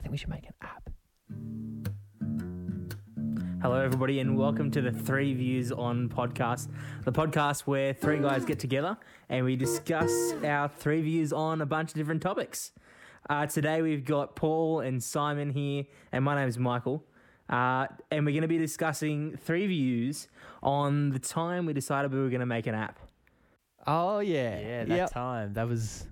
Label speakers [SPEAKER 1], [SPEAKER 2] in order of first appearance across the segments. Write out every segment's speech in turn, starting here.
[SPEAKER 1] think we should make an app.
[SPEAKER 2] Hello, everybody, and welcome to the Three Views on podcast, the podcast where three guys get together and we discuss our three views on a bunch of different topics. Uh, today, we've got Paul and Simon here, and my name's Michael. Uh, and we're going to be discussing three views on the time we decided we were going to make an app.
[SPEAKER 1] Oh yeah,
[SPEAKER 3] Yeah, that
[SPEAKER 1] Yep.
[SPEAKER 3] time.
[SPEAKER 1] That was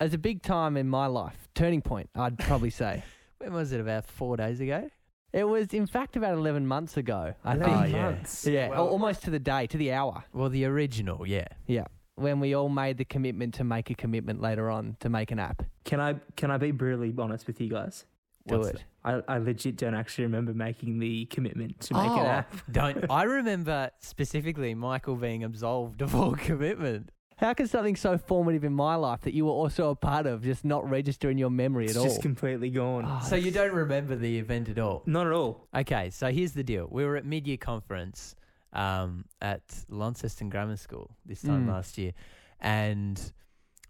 [SPEAKER 1] that's a big time in my life, turning point. I'd probably say
[SPEAKER 3] When was it? About four days ago?
[SPEAKER 1] it was, in fact, about eleven months ago. I think.
[SPEAKER 3] Eleven Oh, yeah.
[SPEAKER 2] months.
[SPEAKER 1] Yeah, al-
[SPEAKER 3] Well-
[SPEAKER 1] almost to the day, to the hour,
[SPEAKER 3] Well, the original, yeah.
[SPEAKER 1] when we all made the commitment to make a commitment later on to make an app.
[SPEAKER 2] Can I can I be brutally honest with you guys?
[SPEAKER 1] Do
[SPEAKER 3] What's
[SPEAKER 1] it.
[SPEAKER 2] I, I legit don't actually remember making the commitment to make
[SPEAKER 3] Oh.
[SPEAKER 2] an app.
[SPEAKER 3] Don't. I remember specifically Michael being absolved of all commitment.
[SPEAKER 1] How can something so formative in my life that you were also a part of just not register in your memory
[SPEAKER 2] It's
[SPEAKER 1] at
[SPEAKER 2] just
[SPEAKER 1] all?
[SPEAKER 2] completely gone.
[SPEAKER 1] Oh,
[SPEAKER 3] So you don't remember the event at all.
[SPEAKER 2] Not at all.
[SPEAKER 3] Okay, so here's the deal. We were at mid-year conference um, at Launceston Grammar School this time
[SPEAKER 1] Mm.
[SPEAKER 3] last year, and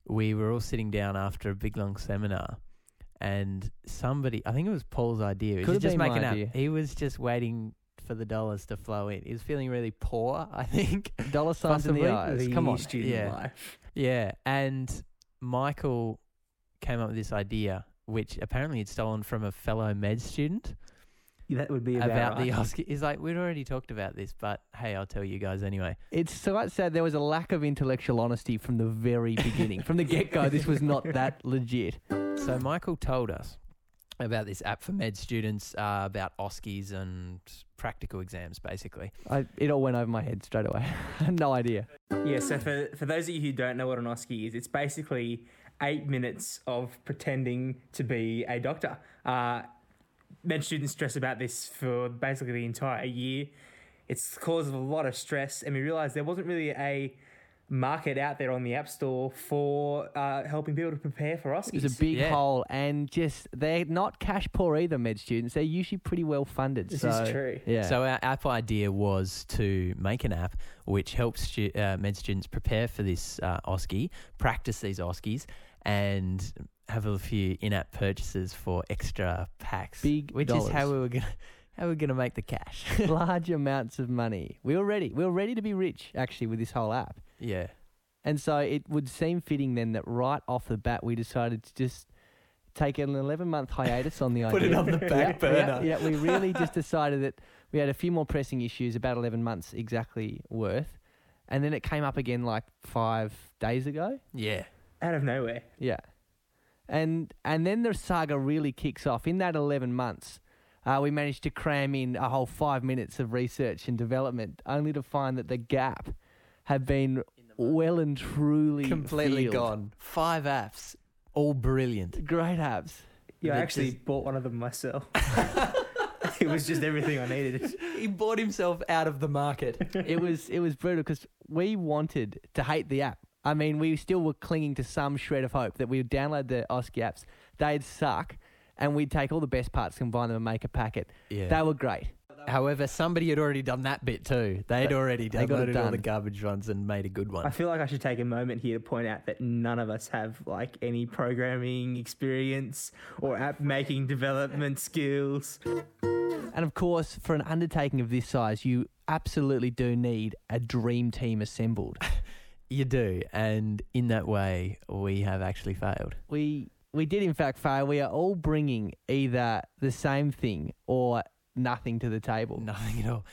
[SPEAKER 3] we were all sitting down after a big long seminar, and somebody, I think it was Paul's idea, we
[SPEAKER 1] Could
[SPEAKER 3] should
[SPEAKER 1] have
[SPEAKER 3] just
[SPEAKER 1] been
[SPEAKER 3] make
[SPEAKER 1] my
[SPEAKER 3] an app.
[SPEAKER 1] idea.
[SPEAKER 3] He was just waiting for the dollars to flow in. He was feeling really poor, I think.
[SPEAKER 1] dollar signs in the
[SPEAKER 3] Possibly
[SPEAKER 1] eyes.
[SPEAKER 2] The
[SPEAKER 1] Come on.
[SPEAKER 2] student
[SPEAKER 3] Yeah.
[SPEAKER 2] life.
[SPEAKER 3] Yeah, and Michael came up with this idea, which apparently he'd stolen from a fellow med student.
[SPEAKER 2] That would be about,
[SPEAKER 3] about the
[SPEAKER 2] right.
[SPEAKER 3] Oscar. He's like, we'd already talked about this, but hey, I'll tell you guys anyway.
[SPEAKER 1] It's so sad there was a lack of intellectual honesty from the very beginning. from the get go, this was not that legit.
[SPEAKER 3] So Michael told us about this app for med students uh, about OSCEs and practical exams, basically.
[SPEAKER 1] I, it all went over my head straight away. I had no idea.
[SPEAKER 2] Yeah, so for, for those of you who don't know what an Oski is, it's basically eight minutes of pretending to be a doctor. Uh, med students stress about this for basically the entire year. It's the cause of a lot of stress, and we realised there wasn't really a market out there on the App Store for uh, helping people to prepare for
[SPEAKER 1] It
[SPEAKER 2] Oskies.
[SPEAKER 1] was a big
[SPEAKER 3] Yeah.
[SPEAKER 1] hole, and just they're not cash poor either, med students. They're usually pretty well funded.
[SPEAKER 2] this
[SPEAKER 1] so,
[SPEAKER 2] is true.
[SPEAKER 1] Yeah.
[SPEAKER 3] So our app idea was to make an app which helps stu- uh, med students prepare for this uh, OSCE, practice these OSCEs, and have a few in-app purchases for extra packs,
[SPEAKER 1] Big
[SPEAKER 3] which is how
[SPEAKER 1] dollars.
[SPEAKER 3] we were gonna how we we're gonna make the cash.
[SPEAKER 1] large amounts of money. We were ready. We were ready to be rich, actually, with this whole app.
[SPEAKER 3] yeah.
[SPEAKER 1] And so it would seem fitting then that right off the bat we decided to just take an 11 month hiatus on the idea.
[SPEAKER 3] Put it on the back
[SPEAKER 1] Yeah, yeah,
[SPEAKER 3] burner.
[SPEAKER 1] Yeah, we really just decided that we had a few more pressing issues, about 11 months exactly worth. And then it came up again like five days ago.
[SPEAKER 3] Yeah.
[SPEAKER 2] Out of nowhere.
[SPEAKER 1] Yeah. And and then the saga really kicks off. In that 11 months, uh, we managed to cram in a whole five minutes of research and development, only to find that the gap had been well and truly
[SPEAKER 3] completely
[SPEAKER 1] filled.
[SPEAKER 3] gone. Five apps, all brilliant.
[SPEAKER 1] Great apps.
[SPEAKER 2] Yeah, I
[SPEAKER 3] They
[SPEAKER 2] actually bought one of them myself. it was just everything I needed.
[SPEAKER 3] He bought himself out of the market.
[SPEAKER 1] it was it was brutal because we wanted to hate the app. I mean, we still were clinging to some shred of hope that we would download the OSCE apps. They'd suck, and we'd take all the best parts, combine them, and make a packet.
[SPEAKER 3] Yeah.
[SPEAKER 1] They were great.
[SPEAKER 3] However, somebody had already done that bit too. They'd
[SPEAKER 1] They-
[SPEAKER 3] already
[SPEAKER 1] they
[SPEAKER 3] downloaded
[SPEAKER 1] got it
[SPEAKER 3] all the
[SPEAKER 1] done.
[SPEAKER 3] garbage ones and made a good
[SPEAKER 2] I
[SPEAKER 3] one.
[SPEAKER 2] feel like I should take a moment here to point out that none of us have like any programming experience or app making development skills.
[SPEAKER 1] And of course, for an undertaking of this size, you absolutely do need a dream team assembled.
[SPEAKER 3] You do, and in that way, we have actually failed.
[SPEAKER 1] we we did in fact fail. We are all bringing either the same thing or nothing to the table.
[SPEAKER 3] Nothing at all.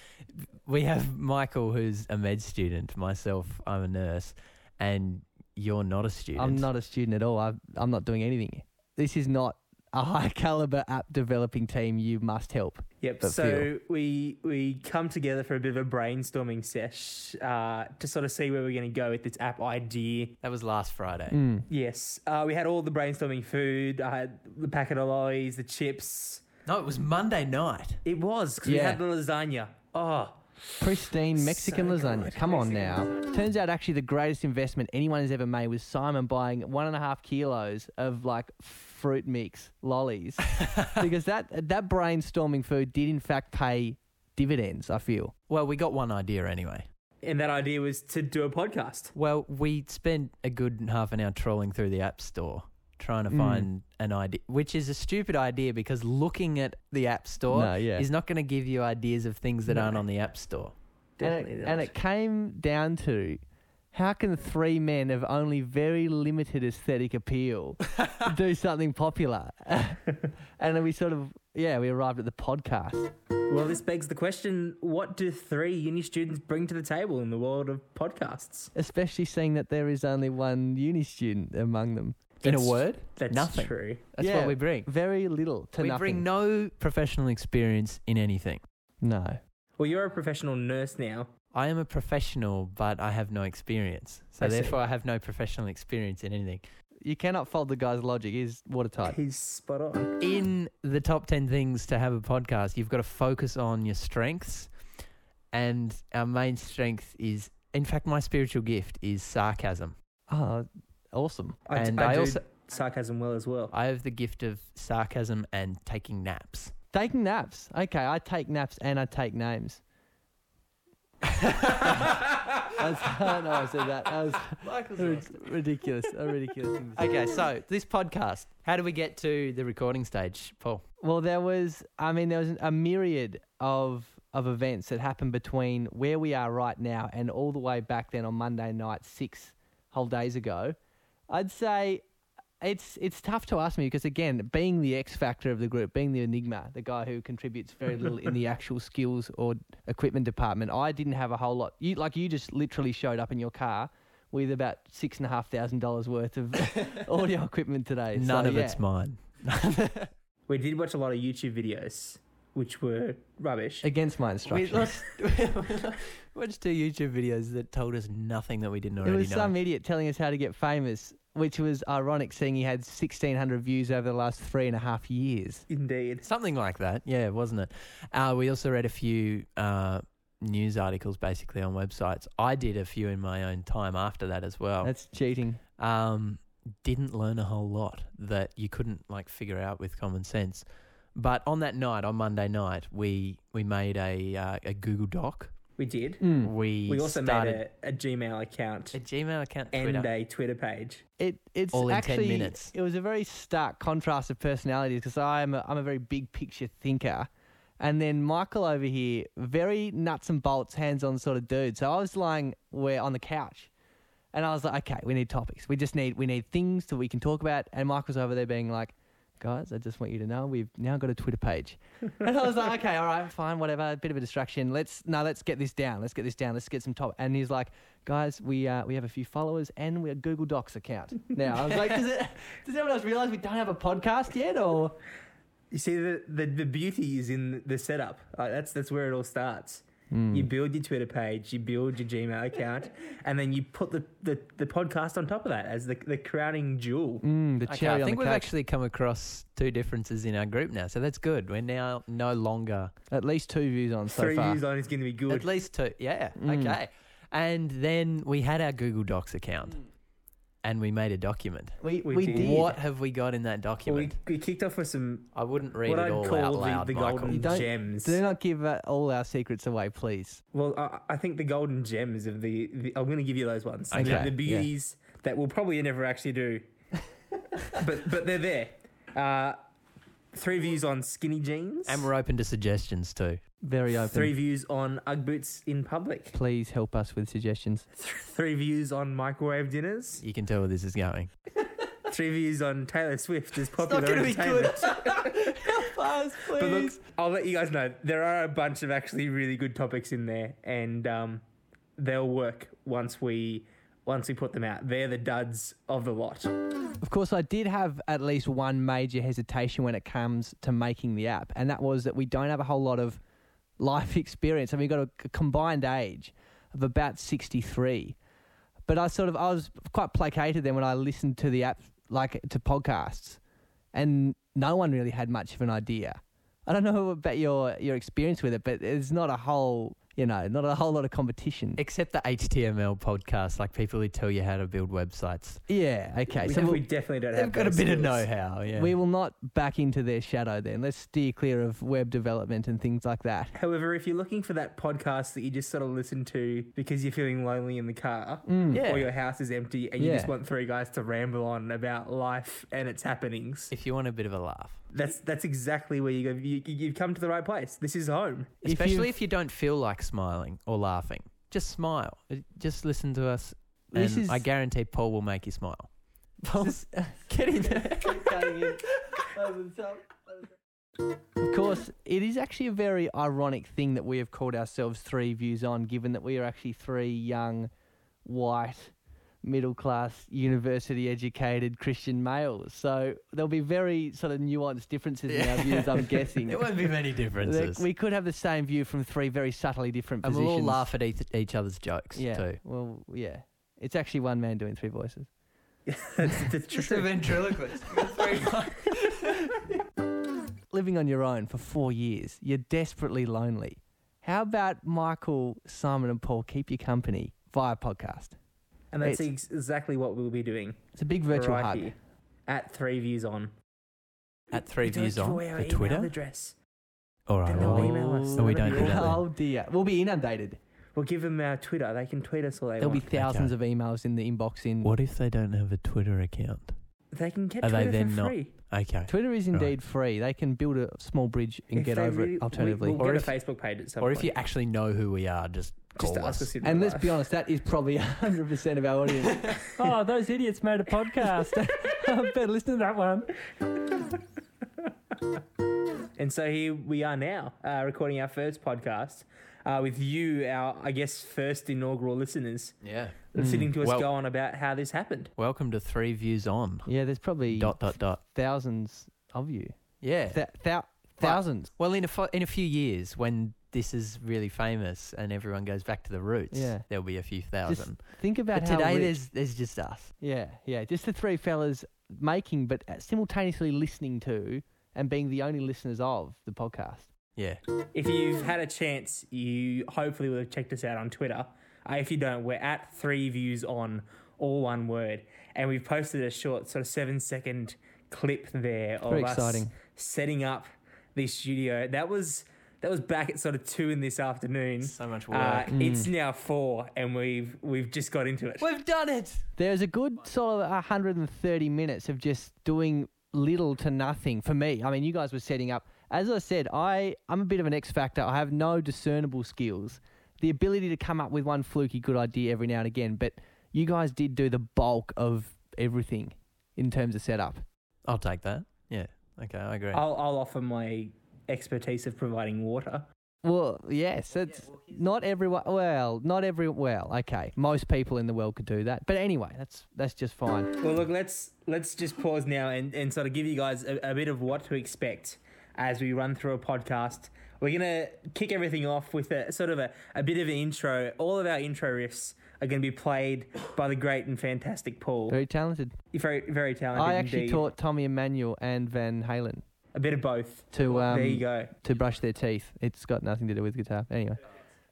[SPEAKER 3] We have Michael, who's a med student. Myself, I'm a nurse, and you're not a student.
[SPEAKER 1] I'm not a student at all. I've, I'm not doing anything. This is not a high caliber app developing team. You must help.
[SPEAKER 2] Yep.
[SPEAKER 1] But
[SPEAKER 2] so we we come together for a bit of a brainstorming sesh uh, to sort of see where we're going to go with this app idea.
[SPEAKER 3] That was last Friday.
[SPEAKER 1] Mm.
[SPEAKER 2] Yes, uh, we had all the brainstorming food. I had the packet of lollies, the chips.
[SPEAKER 3] No, it was Monday night.
[SPEAKER 2] It was 'cause
[SPEAKER 1] Yeah.
[SPEAKER 2] we had the lasagna. Oh,
[SPEAKER 1] Pristine Mexican
[SPEAKER 2] So
[SPEAKER 1] lasagna.
[SPEAKER 2] good.
[SPEAKER 1] Come on
[SPEAKER 2] Mexican
[SPEAKER 1] now. Turns out actually the greatest investment anyone has ever made was Simon buying one and a half kilos of like fruit mix lollies because that that brainstorming food did in fact pay dividends. I feel.
[SPEAKER 3] Well, we got one idea anyway.
[SPEAKER 2] and that idea was to do a podcast.
[SPEAKER 3] Well, we spent a good half an hour trawling through the app store trying to
[SPEAKER 1] Mm.
[SPEAKER 3] find an idea, which is a stupid idea because looking at the App Store
[SPEAKER 1] No, yeah.
[SPEAKER 3] is not going to give you ideas of things that
[SPEAKER 2] No.
[SPEAKER 3] aren't on the App Store.
[SPEAKER 1] and
[SPEAKER 2] Definitely
[SPEAKER 1] it,
[SPEAKER 2] not.
[SPEAKER 1] and it came down to how can three men of only very limited aesthetic appeal do something popular? and then we sort of, yeah, we arrived at the podcast.
[SPEAKER 2] Well, this begs the question what do three uni students bring to the table in the world of podcasts?
[SPEAKER 1] Especially seeing that there is only one uni student among them.
[SPEAKER 3] In a
[SPEAKER 2] That's-
[SPEAKER 3] word,
[SPEAKER 2] That's
[SPEAKER 3] Nothing.
[SPEAKER 2] true.
[SPEAKER 3] that's
[SPEAKER 1] Yeah.
[SPEAKER 3] what we bring.
[SPEAKER 1] Very little to
[SPEAKER 3] we
[SPEAKER 1] nothing.
[SPEAKER 3] bring no professional experience in anything.
[SPEAKER 1] no.
[SPEAKER 2] Well, you're a professional nurse now.
[SPEAKER 3] I am a professional, but I have no experience. So
[SPEAKER 2] I see.
[SPEAKER 3] therefore, I have no professional experience in anything.
[SPEAKER 1] You cannot fold the guy's logic. He's watertight.
[SPEAKER 2] He's spot on.
[SPEAKER 3] In the top 10 things to have a podcast, you've got to focus on your strengths. And our main strength is, in fact, my spiritual gift is sarcasm.
[SPEAKER 1] Oh, awesome.
[SPEAKER 3] and
[SPEAKER 2] I,
[SPEAKER 3] I,
[SPEAKER 2] do
[SPEAKER 3] also
[SPEAKER 2] sarcasm well as well.
[SPEAKER 3] I have the gift of sarcasm and taking naps.
[SPEAKER 1] Taking naps. Okay, I take naps and I take names. That's, I know I said that. That was rid- ridiculous. A ridiculous thing to say.
[SPEAKER 3] Okay, so this podcast, how do we get to the recording stage, Paul?
[SPEAKER 1] Well, there was, I mean, there was a myriad of of events that happened between where we are right now and all the way back then on Monday night, six whole days ago. I'd say it's it's tough to ask me because again, being the X factor of the group, being the enigma, the guy who contributes very little in the actual skills or equipment department, I didn't have a whole lot. You like you just literally showed up in your car with about six and a half thousand dollars worth of audio equipment today. So,
[SPEAKER 3] None of
[SPEAKER 1] yeah.
[SPEAKER 3] it's mine.
[SPEAKER 2] We did watch a lot of YouTube videos, which were rubbish.
[SPEAKER 1] against my instructions.
[SPEAKER 3] We lost, we watched two YouTube videos that told us nothing that we didn't
[SPEAKER 1] It
[SPEAKER 3] already
[SPEAKER 1] was
[SPEAKER 3] know.
[SPEAKER 1] some idiot telling us how to get famous, which was ironic seeing he had 1,600 views over the last three and a half years.
[SPEAKER 2] Indeed.
[SPEAKER 3] Something like that, yeah, wasn't it? Uh, we also read a few uh, news articles basically on websites. I did a few in my own time after that as well.
[SPEAKER 1] That's cheating.
[SPEAKER 3] Um, didn't learn a whole lot that you couldn't like figure out with common sense. But on that night, on Monday night, we we made a uh, a Google Doc.
[SPEAKER 2] We did.
[SPEAKER 1] Hmm.
[SPEAKER 3] We
[SPEAKER 2] We also
[SPEAKER 3] started
[SPEAKER 2] made a, a Gmail account
[SPEAKER 3] a, Gmail account,
[SPEAKER 2] and
[SPEAKER 3] Twitter.
[SPEAKER 2] a Twitter page.
[SPEAKER 1] It, it's
[SPEAKER 3] All in 10
[SPEAKER 1] actually,
[SPEAKER 3] minutes.
[SPEAKER 1] It was a very stark contrast of personalities because I'm a, I'm a very big picture thinker. And then Michael over here, very nuts and bolts, hands on sort of dude. So I was lying where on the couch. And I was like, okay, we need topics. We just need we need things that we can talk about. And Michael's over there being like, guys, I just want you to know we've now got a Twitter page. and I was like, okay, all right, fine, whatever, a bit of a distraction. Let's no, let's get this down. Let's get this down. Let's get some top. And he's like, guys, we uh, we have a few followers and we're a Google Docs account now. I was like, does it, does everyone else realize we don't have a podcast yet? Or
[SPEAKER 2] You see, the, the, the beauty is in the setup. Like, that's, that's where it all starts.
[SPEAKER 3] Hmm.
[SPEAKER 2] You build your Twitter page, you build your Gmail account, and then you put the, the, the podcast on top of that as the, the crowning jewel.
[SPEAKER 1] Mm, the
[SPEAKER 3] Okay,
[SPEAKER 1] cherry
[SPEAKER 3] I
[SPEAKER 1] on
[SPEAKER 3] think we've
[SPEAKER 1] the cake.
[SPEAKER 3] actually come across two differences in our group now, so that's good. We're now no longer
[SPEAKER 1] At least two views on so
[SPEAKER 2] Three
[SPEAKER 1] far.
[SPEAKER 2] views on is going to be
[SPEAKER 3] at
[SPEAKER 2] good.
[SPEAKER 3] least two. Yeah,
[SPEAKER 1] Mm.
[SPEAKER 3] okay. And then we had our Google Docs account,
[SPEAKER 2] Mm.
[SPEAKER 3] and we made a document.
[SPEAKER 1] We,
[SPEAKER 2] We
[SPEAKER 1] we,
[SPEAKER 2] did.
[SPEAKER 1] did.
[SPEAKER 3] What have we got in that
[SPEAKER 2] Well, we,
[SPEAKER 3] document?
[SPEAKER 2] we kicked off with some
[SPEAKER 3] I wouldn't read
[SPEAKER 2] what I'd
[SPEAKER 3] it all out
[SPEAKER 2] call
[SPEAKER 3] loud,
[SPEAKER 2] the, the
[SPEAKER 3] Michael.
[SPEAKER 2] golden
[SPEAKER 1] You don't-
[SPEAKER 2] gems.
[SPEAKER 1] Do not give uh, all our secrets away, please.
[SPEAKER 2] Well, I, I think the golden gems of the, the I'm going to give you those ones.
[SPEAKER 3] Okay,
[SPEAKER 2] The,
[SPEAKER 3] yeah.
[SPEAKER 2] the beauties that we'll probably never actually do, but but they're there. Uh, three views on skinny jeans.
[SPEAKER 3] And we're open to suggestions too.
[SPEAKER 1] Very open.
[SPEAKER 2] Three views on UGG boots in public.
[SPEAKER 1] Please help us with suggestions.
[SPEAKER 2] Three views on microwave dinners.
[SPEAKER 3] You can tell where this is going.
[SPEAKER 2] Three views on Taylor Swift as
[SPEAKER 1] It's not
[SPEAKER 2] popular
[SPEAKER 1] going to be good.
[SPEAKER 2] entertainment.
[SPEAKER 1] help us,
[SPEAKER 2] But look,
[SPEAKER 1] please.
[SPEAKER 2] I'll let you guys know there are a bunch of actually really good topics in there, and um, they'll work once we once we put them out. They're the duds of the lot.
[SPEAKER 1] Of course, I did have at least one major hesitation when it comes to making the app, and that was that we don't have a whole lot of life experience. I mean, we've got a combined age of about 63. But I sort of, I was quite placated then when I listened to the app, like to podcasts, and no one really had much of an idea. I don't know about your, your experience with it, but there's not a whole, you you know, not a whole lot of competition.
[SPEAKER 3] Except the HTML podcast, like people who tell you how to build websites.
[SPEAKER 1] Yeah, okay.
[SPEAKER 2] we,
[SPEAKER 1] so
[SPEAKER 2] def-
[SPEAKER 1] we'll-
[SPEAKER 2] we definitely don't have
[SPEAKER 3] They've got a
[SPEAKER 2] those
[SPEAKER 3] bit of
[SPEAKER 2] skills.
[SPEAKER 3] know-how. Yeah.
[SPEAKER 1] we will not back into their shadow then. Let's steer clear of web development and things like that.
[SPEAKER 2] However, if you're looking for that podcast that you just sort of listen to because you're feeling lonely in the car
[SPEAKER 3] Yeah.
[SPEAKER 2] Hmm. or your house is empty and you
[SPEAKER 1] Yeah.
[SPEAKER 2] just want three guys to ramble on about life and its happenings,
[SPEAKER 3] if you want a bit of a laugh,
[SPEAKER 2] that's that's exactly where you go. You, you- you've come to the right place. This is home.
[SPEAKER 1] If
[SPEAKER 3] especially
[SPEAKER 1] you've-
[SPEAKER 3] if you don't feel like smiling or laughing, just smile. Uh, Just listen to us. And
[SPEAKER 1] This is-
[SPEAKER 3] I guarantee Paul will make you smile. Paul's getting there.
[SPEAKER 1] Of course, it is actually a very ironic thing that we have called ourselves Three Views On, given that we are actually three young, white, middle class, university educated Christian males. So there'll be very sort of nuanced differences in our views, I'm guessing.
[SPEAKER 3] There won't be many
[SPEAKER 1] That
[SPEAKER 3] differences.
[SPEAKER 1] we could have the same view from three very subtly different
[SPEAKER 3] and
[SPEAKER 1] positions.
[SPEAKER 3] we'll all laugh at each, each other's jokes
[SPEAKER 1] yeah,
[SPEAKER 3] too.
[SPEAKER 1] Well, yeah. It's actually one man doing three voices.
[SPEAKER 2] That's, that's true.
[SPEAKER 3] ventriloquist.
[SPEAKER 1] living on your own for four years, you're desperately lonely. How about Michael, Simon, and Paul keep you company via podcast?
[SPEAKER 2] And that's
[SPEAKER 1] It's-
[SPEAKER 2] ex- exactly what we'll be doing
[SPEAKER 1] It's a big virtual
[SPEAKER 2] right
[SPEAKER 1] hug.
[SPEAKER 2] here at Three Views On.
[SPEAKER 3] At three
[SPEAKER 2] We don't
[SPEAKER 3] views
[SPEAKER 2] give
[SPEAKER 3] on
[SPEAKER 2] away our
[SPEAKER 3] for
[SPEAKER 2] email
[SPEAKER 3] Twitter.
[SPEAKER 2] address.
[SPEAKER 3] All right.
[SPEAKER 2] Then
[SPEAKER 1] they'll
[SPEAKER 3] well,
[SPEAKER 1] email us.
[SPEAKER 3] well, we don't
[SPEAKER 2] That'd be
[SPEAKER 3] do that.
[SPEAKER 1] Oh dear, we'll be inundated.
[SPEAKER 2] We'll give them our Twitter. They can tweet us all they
[SPEAKER 1] There'll be
[SPEAKER 2] want.
[SPEAKER 1] thousands of emails in the inbox. In
[SPEAKER 3] Then. What if they don't have a Twitter account?
[SPEAKER 2] They can get
[SPEAKER 3] Are they
[SPEAKER 2] Twitter
[SPEAKER 3] then
[SPEAKER 2] for
[SPEAKER 3] not-
[SPEAKER 2] free.
[SPEAKER 3] Okay.
[SPEAKER 1] Twitter is
[SPEAKER 3] Right.
[SPEAKER 1] indeed free. They can build a small bridge and
[SPEAKER 2] If
[SPEAKER 1] get
[SPEAKER 2] they
[SPEAKER 1] over
[SPEAKER 2] really-
[SPEAKER 1] it. Alternatively,
[SPEAKER 2] we, we'll
[SPEAKER 3] Or
[SPEAKER 2] get
[SPEAKER 3] if-
[SPEAKER 2] a Facebook page at some
[SPEAKER 3] Or
[SPEAKER 2] point.
[SPEAKER 3] if you actually know who we are, just
[SPEAKER 2] just
[SPEAKER 3] call
[SPEAKER 2] to ask
[SPEAKER 3] us.
[SPEAKER 2] us in
[SPEAKER 1] and
[SPEAKER 2] real
[SPEAKER 1] let's be
[SPEAKER 2] life.
[SPEAKER 1] honest, that is probably 100% of our audience. oh, those idiots made a podcast. better listen to that one.
[SPEAKER 2] And so here we are now, uh, recording our first podcast uh, with you, our I guess first inaugural listeners,
[SPEAKER 3] Yeah.
[SPEAKER 2] listening to us
[SPEAKER 3] Mm, Well-
[SPEAKER 2] go on about how this happened.
[SPEAKER 3] Welcome to Three Views On.
[SPEAKER 1] Yeah, there's probably
[SPEAKER 3] Dot dot dot.
[SPEAKER 1] thousands of you.
[SPEAKER 3] Yeah.
[SPEAKER 1] Thou thou- thousands.
[SPEAKER 3] well, in a fo- in a few years, when this is really famous and everyone goes back to the roots,
[SPEAKER 1] Yeah.
[SPEAKER 3] there'll be a few thousand.
[SPEAKER 1] Think about
[SPEAKER 3] but
[SPEAKER 1] how
[SPEAKER 3] today
[SPEAKER 1] rich-
[SPEAKER 3] there's there's just us.
[SPEAKER 1] Yeah, yeah. Just the three fellas making, but uh, simultaneously listening to and being the only listeners of the podcast.
[SPEAKER 3] Yeah.
[SPEAKER 2] If you've had a chance, you hopefully will have checked us out on Twitter. Uh, if you don't, we're at three views on all one word, and we've posted a short sort of seven second clip there of
[SPEAKER 1] Very
[SPEAKER 2] us
[SPEAKER 1] exciting.
[SPEAKER 2] setting up the studio. That was that was back at sort of two in this afternoon.
[SPEAKER 3] So much work. Mm.
[SPEAKER 2] Uh, It's now four, and we've we've just got into it.
[SPEAKER 3] We've done it.
[SPEAKER 1] There's a good sort of 130 minutes of just doing little to nothing for me. I mean, you guys were setting up. As I said, I, I'm a bit of an X factor. I have no discernible skills. The ability to come up with one fluky good idea every now and again, but you guys did do the bulk of everything in terms of setup.
[SPEAKER 3] I'll take that. Yeah. Okay, I agree.
[SPEAKER 2] I'll, I'll offer my expertise of providing water.
[SPEAKER 1] Well, yes, it's not everyone. Well, not every. Well, okay, most people in the world could do that. But anyway, that's that's just fine.
[SPEAKER 2] Well, look, let's let's just pause now and, and sort of give you guys a, a bit of what to expect as we run through a podcast. We're gonna kick everything off with a sort of a, a bit of an intro. All of our intro riffs are gonna be played by the great and fantastic Paul.
[SPEAKER 1] Very talented.
[SPEAKER 2] You're very very talented.
[SPEAKER 1] I actually
[SPEAKER 2] indeed.
[SPEAKER 1] taught Tommy Emmanuel and Van Halen
[SPEAKER 2] a bit of both.
[SPEAKER 1] to um,
[SPEAKER 2] there you go.
[SPEAKER 1] to brush their teeth. It's got nothing to do with guitar. Anyway,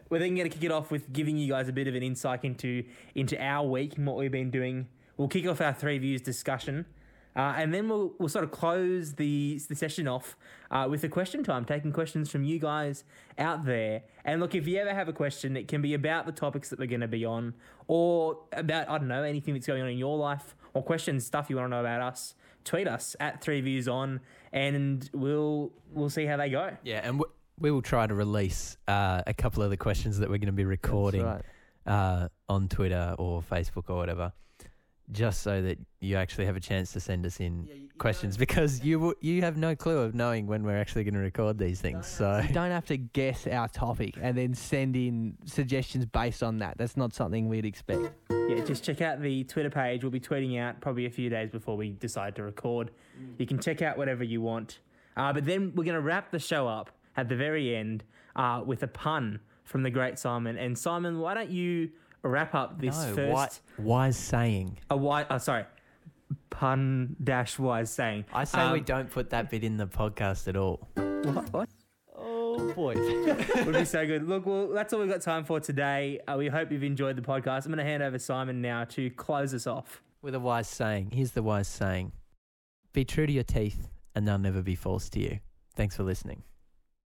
[SPEAKER 2] We're then going to kick it off with giving you guys a bit of an insight into into our week and what we've been doing. We'll kick off our three views discussion, uh, and then we'll we'll sort of close the the session off uh, with a question time, taking questions from you guys out there. And look, if you ever have a question, it can be about the topics that we're going to be on, or about I don't know anything that's going on in your life, or questions stuff you want to know about us. Tweet us at three views on, and we'll we'll see how they go.
[SPEAKER 3] yeah, and w- we will try to release uh, a couple of the questions that we're going to be
[SPEAKER 1] that's
[SPEAKER 3] recording
[SPEAKER 1] right.
[SPEAKER 3] uh, on Twitter or Facebook or whatever, just so that you actually have a chance to send us in questions because you w- you have no clue of knowing when we're actually going to record these things. So
[SPEAKER 1] You don't have to guess our topic and then send in suggestions based on that. That's not something we'd expect.
[SPEAKER 2] Yeah, just check out the Twitter page. We'll be tweeting out probably a few days before we decide to record. You can check out whatever you want. Uh, but then we're going to wrap the show up at the very end uh, with a pun from the great Simon. And Simon, why don't you wrap up this
[SPEAKER 3] no,
[SPEAKER 2] first
[SPEAKER 3] wi- wise saying.
[SPEAKER 2] a why? Oh, sorry, pun dash wise saying.
[SPEAKER 3] I say
[SPEAKER 2] Um,
[SPEAKER 3] we don't put that bit in the podcast at all.
[SPEAKER 2] What? what?
[SPEAKER 1] Oh, boys.
[SPEAKER 2] would be so good. Look, well, that's all we've got time for today. Uh, we hope you've enjoyed the podcast. I'm going to hand over Simon now to close us off.
[SPEAKER 3] With a wise saying. Here's the wise saying Be true to your teeth, and they'll never be false to you. Thanks for listening.